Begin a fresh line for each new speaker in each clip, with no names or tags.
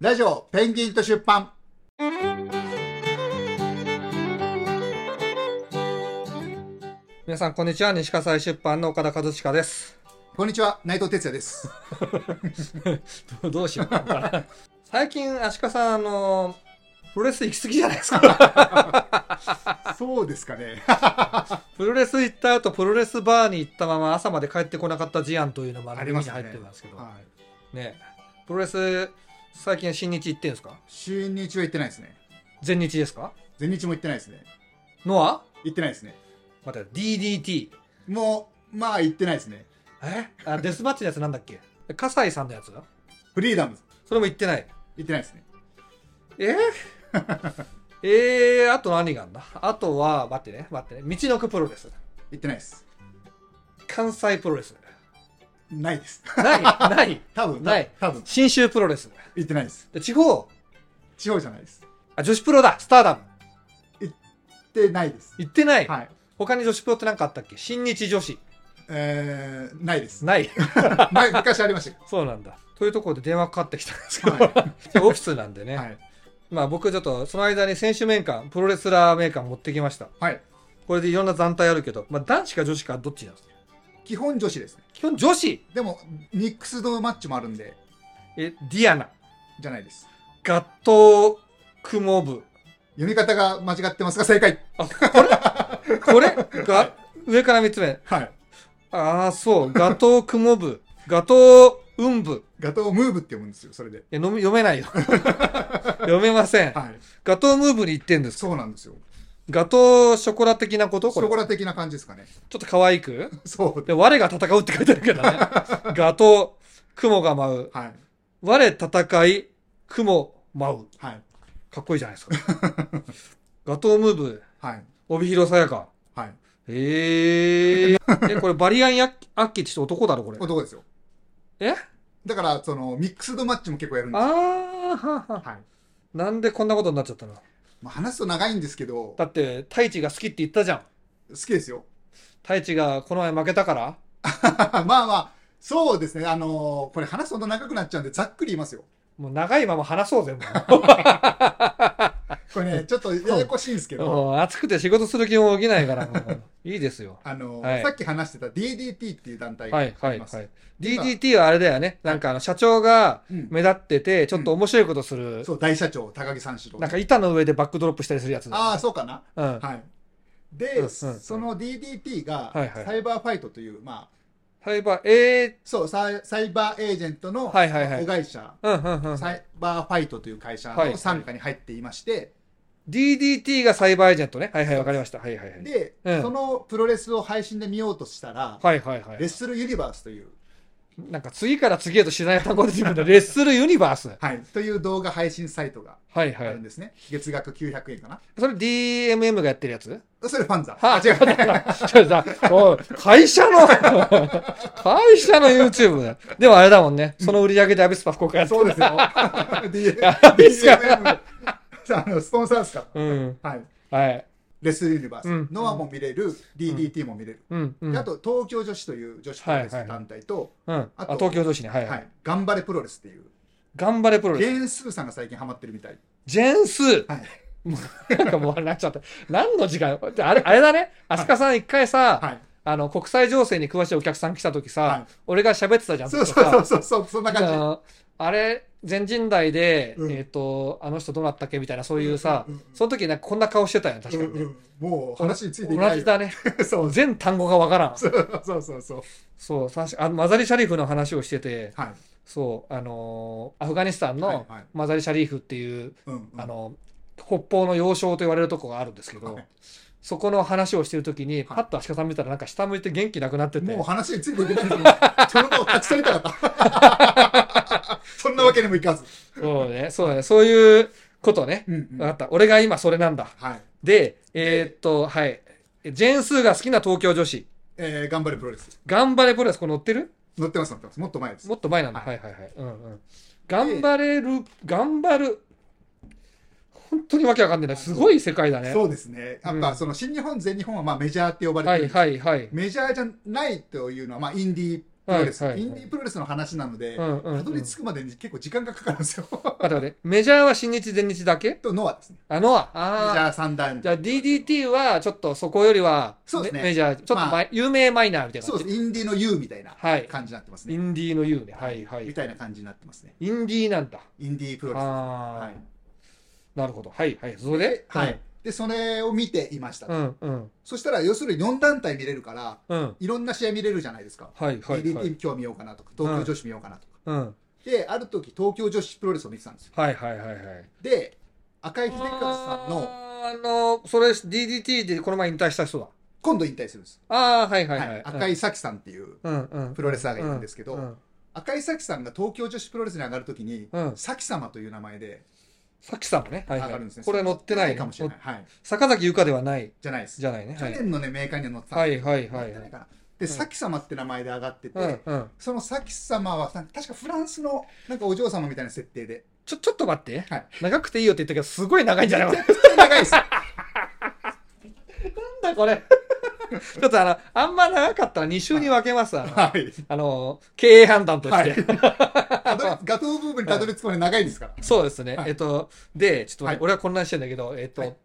ラジオペンギンと出版
皆さんこんにちは西葛西出版の岡田和親です
こんにちは内藤哲也です
どうしようかな最近足利さんあのプロレス行き過ぎじゃないですか
そうですか ね
プロレス行った後プロレスバーに行ったまま朝まで帰ってこなかった事案というのもあの
あり
耳
ま
に
すね
入ってますけどね
はい
プロレス最近新日行ってんですか
新日は行ってないですね
全日ですか
全日も行ってないですね
のは
行ってないですね
また DDT
もうまあ行ってないですね
えあデスマッチのやつなんだっけ笠西さんのやつ
フリーダム
それも行ってない
行ってないですね
ええー、あと何があんだあとは待ってね待ってね道のくプロレス
行ってないです
関西プロレス
ない です
ないない
多分
ない
多分
信州プロレス
行ってないです
で地方
地方じゃないです
あ女子プロだスターダム
行ってないです
行ってない、
はい
他に女子プロって何かあったっけ新日女子
えー、ないです
ない
前昔ありま したけ
そうなんだというところで電話かかってきたんですけ
ど
ど、
は
オフィスなんで
い、
ね、
はい
まあ僕ちょっとその間に選手面館プロレスラー名館持ってきました
はい、
これでいろんな団体あるけど、まあ、男子か女子かどっちなんですか
基本女子ですね
基本女子
でもミックスドマッチもあるんで
えディアナ
じゃないです
ガットクモブ
読み方が間違ってますが正解
これが上から3つ目
はい
ああそうガトークモブガトーウンブ
ガトームーブって読むんですよそれで
いや飲み読めないよ 読めません
はい
ガトームーブに行ってんです
そうなんですよ
ガトーショコラ的なこと
シ
こ
ョ
れち
コ
ょ
ラ的な感じですかね
っと可愛く
そう
で我が戦うって書いてあるけどね ガトー雲が舞う
はい
我戦い雲舞う
はい
かっこいいじゃないですか ガトームーブ
はい
帯広さやか
はい
ええー、え、これバリアンヤッアッキーって人男だろ、これ。
男ですよ
え
だからそのミックスドマッチも結構やるんですよ
あーはは。
はい
なんでこんなことになっちゃったの
まあ、話すと長いんですけど
だって、太一が好きって言ったじゃん。
好きですよ
太一がこの前負けたから
まあまあそうですねあのーこれ話すほど長くなっちゃうんでざっくり言いますよ
もう長いまま話そうぜ、も
これねちょっとややこしいん ですけ
う。
ど
もう暑くて仕事する気も起きないから、もう。いいですよ。
あのー
はい
さっき話してた DDT っていう団体が
は
あ
い、はい、
ります、
はい。DDT はあれだよね。なんかあの、社長が
うん
目立ってて、ちょっと面白いことする。
そう大社長高木三四郎
なんか板の上でバックドロップしたりするやつだ。
ああそうかな
うん。
はい、で、
うんうん
その DDT が
はいはい
サイバーファイトという、まあ、
サイバー、え
そうサイサイバーエージェントの
ー、
子
はいはいはい。
会社、
うん、うん、うん。
サイバーファイトという会社の
はい
傘下に入っていまして、
DDT がサイバーエージェントね。はいはい、わかりました。はいはいはい。
で、
うん
そのプロレスを配信で見ようとしたら、
はいはいは
レッ
い。
スルユニバースという、
なんか次から次へと知らない単語出てくるんだ。レッスルユニバース。
はい、という動画配信サイトが
はい
あ
は
るん
い。
ですね、月額900円かな
それ DMM がやってるやつ
それファンザ、
はあ、
違
違
う
う。 違う。違うおい会社の、会社の YouTube だよ。でもあれだもんね。その売り上げでアビスパ福岡やって
そう
る。
ですよ
ですか
DMM あのスポンサーですか
うん。
ら、はい、
はい。
レッスルユニバース、
うん
ノアも見れる、DDT も見れる、
うん。う
で
ん。
あと東京女子という女子プロレス団体と、
うん。
あ
あ
と
東京女子ね。はいは。
はいい、頑張れプロレスっていう、
頑張れプロ
ジ
レ
ェ
ス。
ーン・スーさんが最近ハマってるみたい。
ジェンスー。
はい。
もうなんかもうなっちゃった。何の時間あれ、あれだね。アスカさん一回さ、
はい。
あの、国際情勢に詳しいお客さん来た時さ、
はい
俺が喋ってたじゃん。
そう
ずっとさ
そうそうそう、そんな
あ
感
のあれ、全人代で、
うん
えっ、と、あの人どうなったっけみたいな、そういうさ、
うんうんうん
その時なんかこんな顔してたよね、
じ。
確
う
か
ん
にね、
うんもう話についていけな
同
い
じ
よ。
だね。
そう
全単語がわからん。
そうそうそうそう。
そう、さしあのマザリ・シャリーフの話をしてて、
はい。
そう、あのーアフガニスタ
は
ン
い
の
はい
マザリ・シャリーフっていう、
うんうん
あの、北方の要衝と言われるとこがあるんですけど、
はい
そこの話をしてる時に、パッと足利さん見たらなんか下向いて元気なくなってて、
もう話についていけないですもん。その子を立ち去りたかった。そんなわけにもいかず。
そうね、そうね、そういうことね。
うんうん
わかった。俺が今それなんだ。
はい。
で、えーっと、はい。ジェーンスーが好きな東京女子。
えー頑張れプロレス。
頑張れプロレス、これ乗ってる
乗ってます、乗ってます。もっと前です。
もっと前なんだ。
は
はいはいはい。うんうん。頑張れる、頑張る。本当にわけわかんないな。すごい世界だね。
そうですね。やっ
う
ぱ
ん
その新日本、全日本はまあメジャーって呼ばれて
は
るんで
い
すけど
はいはい。
メジャーじゃないというのは、まあ、インディープロレス、
はいはい
インディープロレスの話なので、
うんうんうん
たどり着くまでに結構時間がかかるんですよ。
待って待って。メジャーは新日、全日だけ
とノアですね。
あ、ノア。
メ
あ
ジ
あ。
ャー三段。
じゃあ DDT はちょっとそこよりは、
そうですね
メメジャー、ちょっとマイ
ま
有名マイナーみたいな
そ
感
う
じ。
です。インディーの U みたいな
はい。
感じになってます
イ
ね。
ンディーの U ね。はいはい
み。たいな感じになってますね。
インディーなんだ。
インディープロレス。
ああ、
はい。
なるほど。はいはい。それで
はい。で、それを見ていました
う。んうん
そしたら、要するに4団体見れるから、
うん。
いろんな試合見れるじゃないですか。
はいはいはい。
DDT 今日見ようかなとか、東京女子見ようかなとか。
うん。
で、ある時、東京女子プロレスを見てたんですよ。
はいはいはいはい。
で、赤井秀和さんの、
あーあの、それ DDT でこの前引退した人だ。
今度引退するんです。
ああ、はいはい
は
はいい。
赤井咲さんっていう
うんうん。
プロレスラー
が
がいるんですけど、赤井咲さんが東京女子プロレスに上がるときに、
うん
咲様という名前で
さっきさんもね。はい
上
は
がるん
い
ですね。。
これ乗ってないね。
かもしれない。はい。
坂崎ゆかではない。
じゃないです。
じゃないね。
去
はい
年のね、メーカーには載ってたん
は
で
いはい
す
は
載って
いは
ない
い。
かな。で、咲様って名前で上がってて、
うんうん。
その咲様は、確かフランスの、なんかお嬢様みたいな設定で。
ちょ、ちょっと待って。
はい。
長くていいよって言ったけど、すごい長いんじ ゃないこれ
長いです。
なんだこれ。 ちょっとあの、あんま長かったら2週に分けます。あの
はい。
あの、経営判断として。
たどりガトーブームにたどり着くまで長いんですから。
そうですね。
はい
えっと、で、ちょっと待って、
はい
俺は混乱してんだけど、えっと、
はい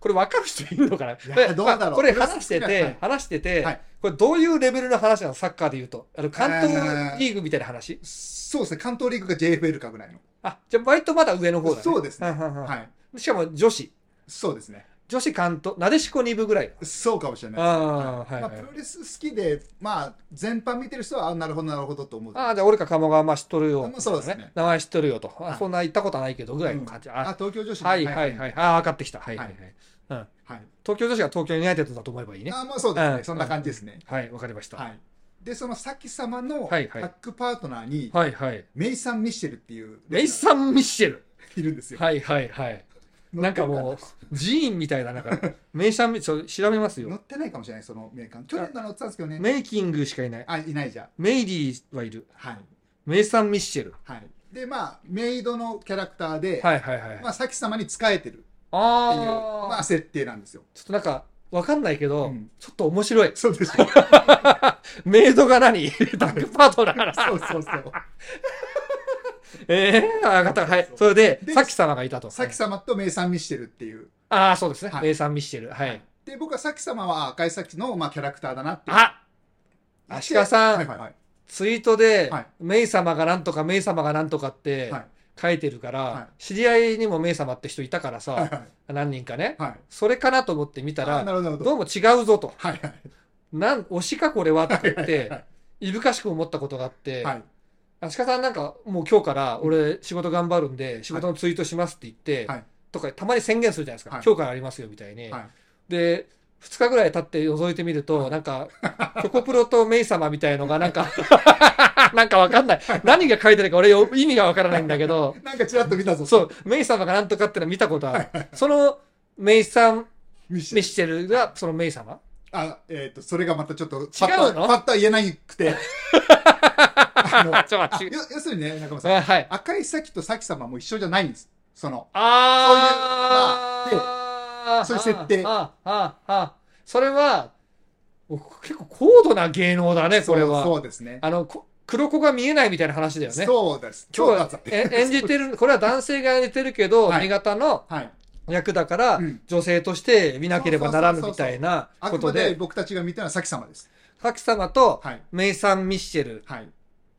これ分かる人いるのかなこ
や
れ
どうだろう
まあこれ
これ
話して
好きだ
て、
はい
話してて、
はい
これどういうレベルの話なのサッカーで言うと。あの、関
えー
東リーグみたいな話。
そうですね。関東リーグか JFL かぐらいの。
あ、じゃあ割とまだ上の方だね。
そうですね
んんうん
はい。
しかも女子。
そうですね。
女子関東、なでしこ2部ぐらい。
そうかもしれない
あ
です。
あ、はい、
まあ、
はい
プロレス好きで、まあ、全般見てる人は、あなるほど、なるほどと思う。
ああ、じゃあ俺か鴨川まあ知っとるよ
ま。あそうですね
名前知っとるよと。あ
はい
そんな行ったことないけどぐらいの感じ。
あ
あ、
東京女子の
はいはいはい。ああ、分かってきた。はいは
はいい
はい。うん。
はい
東京女子が東京ユナイテッドだと思えばいいね。
あまあ、そうです
う
ね。
ん
そんな感じですね。
はい、わかりました。
はい。で、そのさき様のタ
はいはい
ッグパートナーに、
はいはい。
メイサン・ミッシェルっていう、
レイサン・ミッシェル。
いるんですよ。
はいはいはい。なんかもう、ジーンみたいな、なん か、名産、ちょっと調べます
乗
よ。
ってないかもしれない、そのメーカー。去年の乗ってたんですけどね。
メイキングしかいない。
あ、いないじゃん。
メイリーはいる。
はい。
メイサン・ミッシェル。
はい。で、まあ、メイドのキャラクターで、
はいはいはい。
まあ、さき様に仕えてるっていう、ま
あ
あ、
あ、
設定なんですよ。
ちょっとなんか、わかんないけど、
うん
ちょっと面白い。
そうでしょ。
メイドが 何ダックパートナーか ら。
そうそうそう。
ええー、わかった。はい。それで、
で
さき様がいたと。
さき様とメイサン・ミッシェルっていう。
ああ、そうですね。
はい
メイサン・ミッシェル。はい。
で、僕はさき様は赤いさきの、まあ、キャラクターだなって。
あ足利さん、
はいはいはい。
ツイートで、
はい
メイ様がなんとか、メイ様がなんとかって
はい
書いてるから、
は
知り合いにもメイ様って人いたからさ、
はいはい。
何人かね、
はい。
それかなと思って見た
あ
ら、
なるほど、なるほど。
どうも違うぞと、
はいはい。
なん推しかこれはとか言っ
は
て
い、
いぶかしく思ったことがあって、
はい。
足利さんなんか、もう今日から俺、仕事頑張るんで、仕事のツイートしますって言って、
はい
とか、たまに宣言するじゃないですか、
はい
今日からありますよみたいに。
はい
で2日ぐらい経って覗いてみると、なんか、チョコプロとメイ様みたいのが、なん か、なんかわかんない。何が書いてるか俺よ、意味がわからないんだけど、
なんかちらっと見たぞ。
そう、メイ様がなんとかってのは見たことある。その、メイさん、
ミッシェル。
ミッシェルが、そのメイ様
あ、えっ、と、それがまたちょっと、パッと
違うの
パッとは言えなく て。あの
あ、 ちょ、
あ
待っ
よ
て。
要するにね、中村さん、
あはい。
赤い咲と咲様も一緒じゃないんです。その、そういうで
ああ
そういう設定
ああ、ああ、あそれは、お結構高度な芸能だね、これは。
そうそうですね。
あの、こ黒子が見えないみたいな話だよね。
そうです。
今日はえ演じてる、これは男性が演じてるけど、
はい
新潟の
はい。
役だから
うん、
女性として見なければならぬみたいな
あ
こ
く
と
まで
で、
僕たちが見たのは咲様です。
さき様と
はい。
メイサン・ミッシェル、
はい。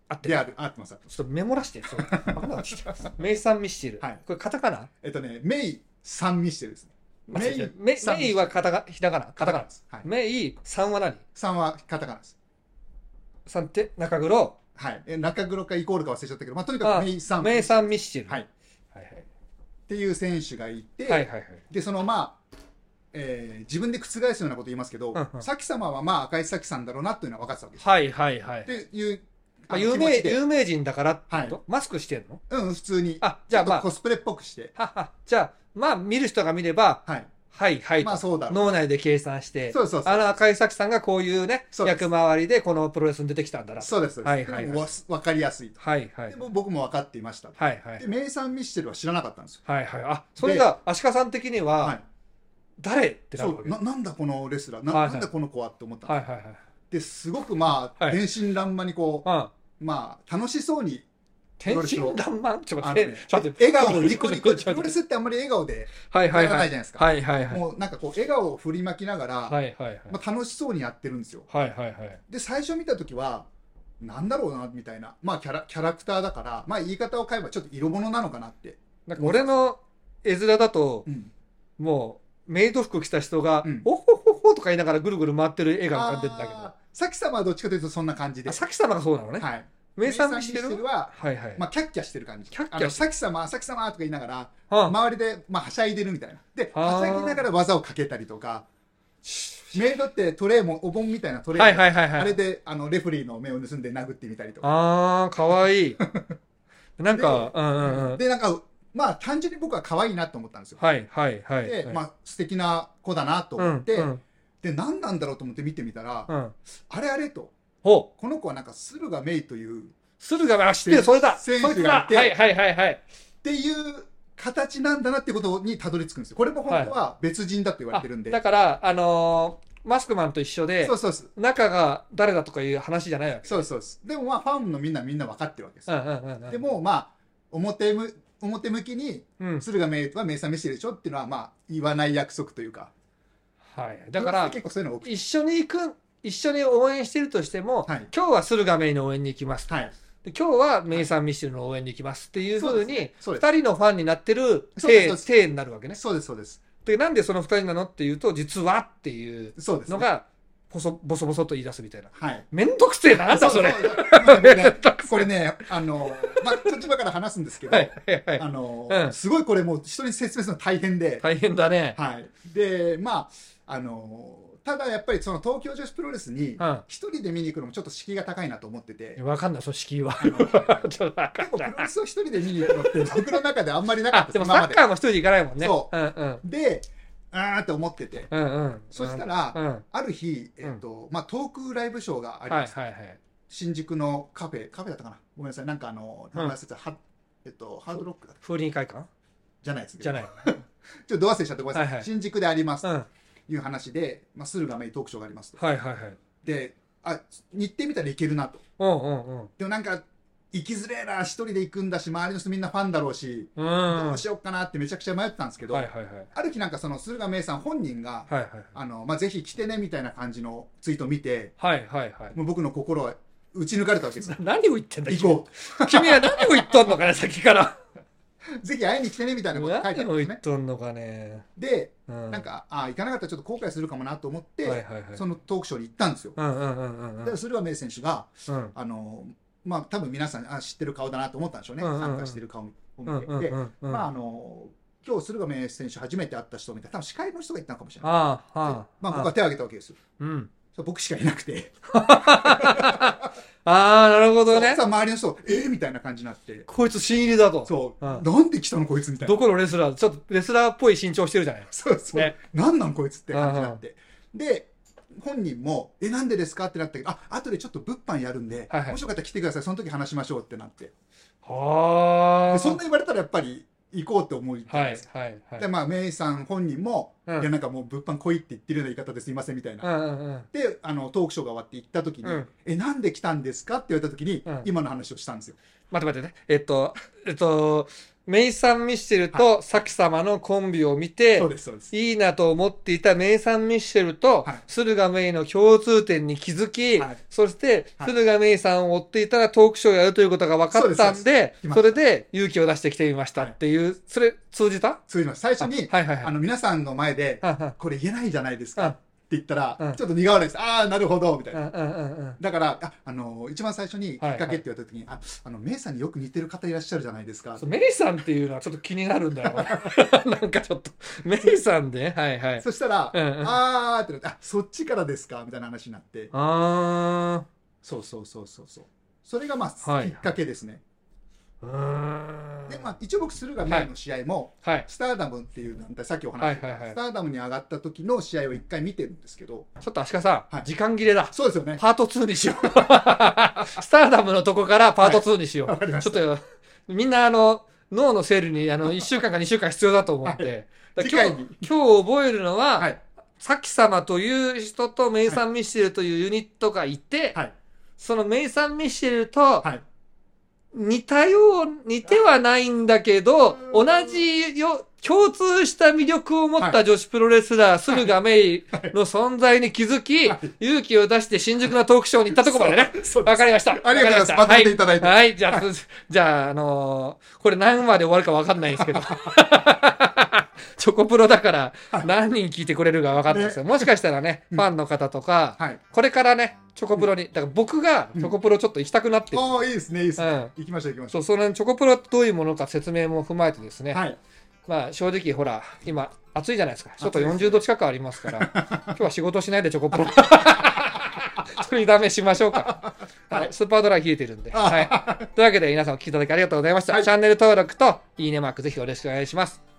あって
で
る
ある、あってます。
ちょっとメモらして、そう。 わかんなくなってきたメイサン・ミッシェル。
はい
これカタカナ
えっとね、メイ三ミッシェルですね。
メ
メ
イ
イ
メ
サン
メイはカタカひらがなカタカナ
で。す。はい。
メイ、サンは何
三はカタカナです。
サンって中黒、
はい。え中黒かイコールか忘れちゃったけど、まあ、とにかくメイ三。
メイサン・ミッシェル。
はい。っ
はい
ていう選手がいて、
はいはいはい。
で、そのまあ、えー自分で覆すようなこと言いますけど、
うんうん
さき様はまあ赤いさきさんだろうなっていうのは分かってたわけです。
はいはいはい。
っていう、
あ
あの
有
気持
名
ちで
有名人だからってこと、
は
マスクしてんの
うん、普通に。
あ、じゃあ
ちょ
ま
っ
あ
とコ、スプレっぽくして。
ははじゃあ、まあ、見る人が見れば、
はい。
はいはいと、
まあそうだろう。
脳内で計算して、
そうそうそう
あの赤井咲さんがこういうね、
そうです
役回りでこのプロレスに出てきたんだなと。
そうです。そうです
はいはいはい
でもわ分かりやすいと。
はいはい。
でも僕も分かっていました。
はいはい
で、。名産ミッシェルは知らなかったんですよ。
はいはい。あ、それが、足利さん的には、
はい。
誰ってな
そ
るわ
う
けは
な、なんだこのレスラー、な,、
はいはい
なんだこの子はって思ったん
い
で
はいはい。
す、ですごくまあ、
はい
天真爛漫にこう、
うん。
まあ、楽しそうに、
天真爛漫ちょっと
あの
待って
ね。
ちょっと待って
笑顔、ニコニコ、
ちょ
プ
っと
ロ
待
レ
って
スってあんまり笑顔で
はいは
や
い
ら
は
ない
い。
じゃないですか。
はいはいはい。
もうなんかこう、笑顔を振りまきながら、
はいはいはい。
まあ、楽しそうにやってるんですよ。
はいはいはい。
で、最初見たときは、なんだろうな、みたいな。まあキャラ、キャラクターだから、まあ言い方を変えばちょっと色物なのかなって。
なんか俺の絵面だと
う、ん。
もう、メイド服着た人が
うん、
おほほほとか言いながらぐるぐる回ってる絵が浮かんでんだけど。
あー
あ、
さきさまはどっちかというとそんな感じで。
さきさまがそうなのね。
はい。
名産して
名産
る
は、
はいはい。
まあ、キャッキャしてる感じ。
キャッキャ
あのさきさま、さきさまとか言いながら、
あ
周りで、まあ、はしゃいでるみたいな。で、
あー
はしゃぎながら技をかけたりとか、メイドってトレイも、お盆みたいなトレイ、
はいはいはいはい。
あれで、あの、レフェリーの目を盗んで殴ってみたりとか。
あー、かわい い。なんか、うんうんうん。
で、なんか、まあ、単純に僕は可愛いなと思ったんですよ。
はいはいはい。
で、ま
あ、
あ、素敵な子だなと思って、
うん
で、何なんだろうと思って見てみたら、
うん。
あれあれと、
ほう。
この子はなんか、駿河メイという、っ
駿河が、あ知ってる、それだ。そ
選
い
手
つ
が
だ。
いて
はいはいはいはい。
ていう形なんだなってことにたどり着くんですよ。これも本当は別人だと言われてるんで。
あだから、あのーマスクマンと一緒で
そう、そうそう。
中が誰だとかいう話じゃないわけ。
そうですそうです。でもまあファンのみんなみんな分かってるわけです
う
よ。
んうんうんうん。
で、もまあ表む表向きに
うん。
鶴が名は名産見してるでしょっていうのはまあ言わない約束というか。
はい。だから、
結構そういうの多くて。
一緒に行く、一緒に応援してるとしても、
はい
今日は駿河メイの応援に行きます。
はい。
で今日はメイさんミッシェルの応援に行きますっていうふうに、
そうです。
二人のファンになってる
そうですそう
体
です
体になるわけね。
そうですそうです。
で、なんでその二人なのっていうと、実はっていう
そうです、
のが、ボソ、ボソボソと言い出すみたいな。
はい。
めんどくせえな、あんたそれ。
ううなんか ねこれね、あの、まあ、途中から話すんですけど、
はいはいは
あ
い。
の、
うん
すごいこれもう人に説明するの大変で、
大変だね。
はい。で、まあ、あの、ただやっぱりその東京女子プロレスに
うん
一人で見に行くのもちょっと敷居が高いなと思ってて、
わかんない、その敷居は。
あの
ちょっと わか
結構
ん
プ
な
ロ
い。
レスを一人で見に行くのって僕の中であんまりなかっ
あ
た、
でもサ
今ま
ッ
で
カーも一人で行かないもんね。
そ
うんうん。
であーって思ってて
うんうん。
そした
ら、
ら、
うん。はい
ある日、えっとまあ、トークライブショーがあり
はい
ます、
はい。
新宿のカフェカフェだったかなごめんなさいなんかあの
うん
名前忘れたはえっと、ハードロックだった
風鈴会館
じゃないですけど
じゃない。
ちょっとド忘れしちゃってごめんなさい、
はいはい
新宿であります
うん。はい
という話で、まあ、駿河メイントークショーがありますと
はいはい。
であ日程見たらいけるなと
うんうん
でもなんか行きづれえな一人で行くんだし周りの人みんなファンだろうし、
うん。うん。は
どう
い
しようかなってめちゃくちゃ迷ってたんですけど、
はいはい。はい
ある日なんかその駿河明さん本人が、
はい。
あの、まあ、ぜひ来てねみたいな感じのツイートを見て、
はいはいはい。。
もう僕の心は打ち抜かれたわけですよ
何を言ってんだ
行こ
君君は何を言っと んのかね、さっきから。
う。ぜひ会いに来てねみたいなこと書いてあ
何
るん
を
です
言っ
ね。
とんのかね。
で、
うん。
なんか、ああ、行かなかったらちょっと後悔するかもなと思って、
はいはいはい。
そのトークショーに行ったんですよ。
うんうんうんうんうん
で、駿河明選手が、
うん
あの、まあ、多分皆さん、あ知ってる顔だなと思ったんでしょうね。
うんうんうん
参加してる顔を見て。
うんうん
で、
うんうん
まあ、あの、今日駿河明選手初めて会った人みたいな、多分司会の人が行ったのかもしれない。
ああ、
で
あ
まあ、
あ
僕は手を挙げたわけですよ。
うん。
そう僕しかいなくて。
ああ、なるほどね
さ。周りの人、えー、みたいな感じになって。
こいつ新入りだと。
そう、
うん
なんで来たのこいつみたいな
ど。このレスラーちょっとレスラーっぽい身長してるじゃない。
そうそう。
ね
なんなんこいつって感じになって。で、本人も、え、なんでですかってなったけど、あ、後でちょっと物販やるんで、
はいはい
もしよかったら来てください。その時話しましょうってなって。
は
で
あ。
そんな言われたらやっぱり行こうって思うじゃ
は
ない
い
ですか。
はいはい。
で、まあ、メイさん本人も、
うん
いや、なんかもう物販来いって言ってるような言い方ですいませんみたいな。
うんうんうん。
であのトークショーが終わって行った時に、
うん
えなんで来たんですかって言われた時に、
うん
今の話をしたんですよ
待って待ってね。えっと、えっと、メイさん・ミッシェルとサキ様のコンビを見て
そう、ですそうです
いいなと思っていたメイさん・ミッシェルと
はい
駿河メイの共通点に気づき
はい、
そして
はい
駿河メイさんを追っていたらトークショーをやるということが分かったん
そう
で
そうです、
それで勇気を出してきてみました
はい
っていう、それ通じた
そういうのは最初に
はいはい
あ
はい。
の皆さんの前で
うんうん
これ言えないじゃないですか
うん
って言ったら、
うん
ちょっと苦笑いです。ああ、なるほど、みたいうな。
んうんうんうん。
だから、あ、あの一番最初にきっかけって言われた時に、あ、あの、メイさんによく似てる方いらっしゃるじゃないですか
そ。うメイさんっていうのはちょっと気になるんだよ。 なんかちょっと。メイさんではいはい。
そしたら、
うんうん
あーってなって、あ、そっちからですかみたいな話になって、
あ
そうそうそうそうそう。それがまあ、
はい
きっかけですね。
ー。うーん。
で、まあ、一応僕、駿河メイの試合も、
はい。
スターダムっていう団体、さっきお話しした、
はいはいはい
スターダムに上がった時の試合を一回見てるんですけど、
ちょっと足利さん、
はい
時間切れだ。
そうですよね。
パート2にしよう。 スターダムのとこからパート2にしよう。
わかりま
ち
し
ょっと、みんなあの、脳の整理にあの1週間か2週間必要だと思って。だから
次回
今
に
日、今日覚えるのは、
はい。
サキ様という人とメイサン・ミシェルというユニットがいて、
はい
そのメイサン・ミシェルと
はい
似たよう、似てはないんだけど、同じよ、共通した魅力を持った女子プロレスラー、駿河メイの存在に気づき、
はい
勇気を出して新宿のトークショーに行ったとこまでね。
そうで
わかりました。
ありがとうございます
わ
ま
かり
とめていただいて
はい、はいじゃあ、 じゃあ、あのーこれ何話で終わるかわかんないんですけど。 チョコプロだから何人聞いてくれるかわかんないですよ。もしかしたらね、
うん
ファンの方とか、
はい
これからね、チョコプロに、だから僕がチョコプロちょっと行きたくなってる、
おーいいですねいいですね、
うん
行きましょう行きましょ
そう、そのチョコプロどういうものか説明も踏まえてですね、
うはい
まあ正直ほら、今暑いじゃないですか。ちょっと
暑いです
40度近くあります から、今日は仕事しないでチョコプ ロ。取りだめしましょうか。はい、スーパードライ冷えてるんで。 はい。というわけで皆さんお聞きいただきありがとうございました。
はい
チャンネル登録といいねマークぜひよろしくお願いします。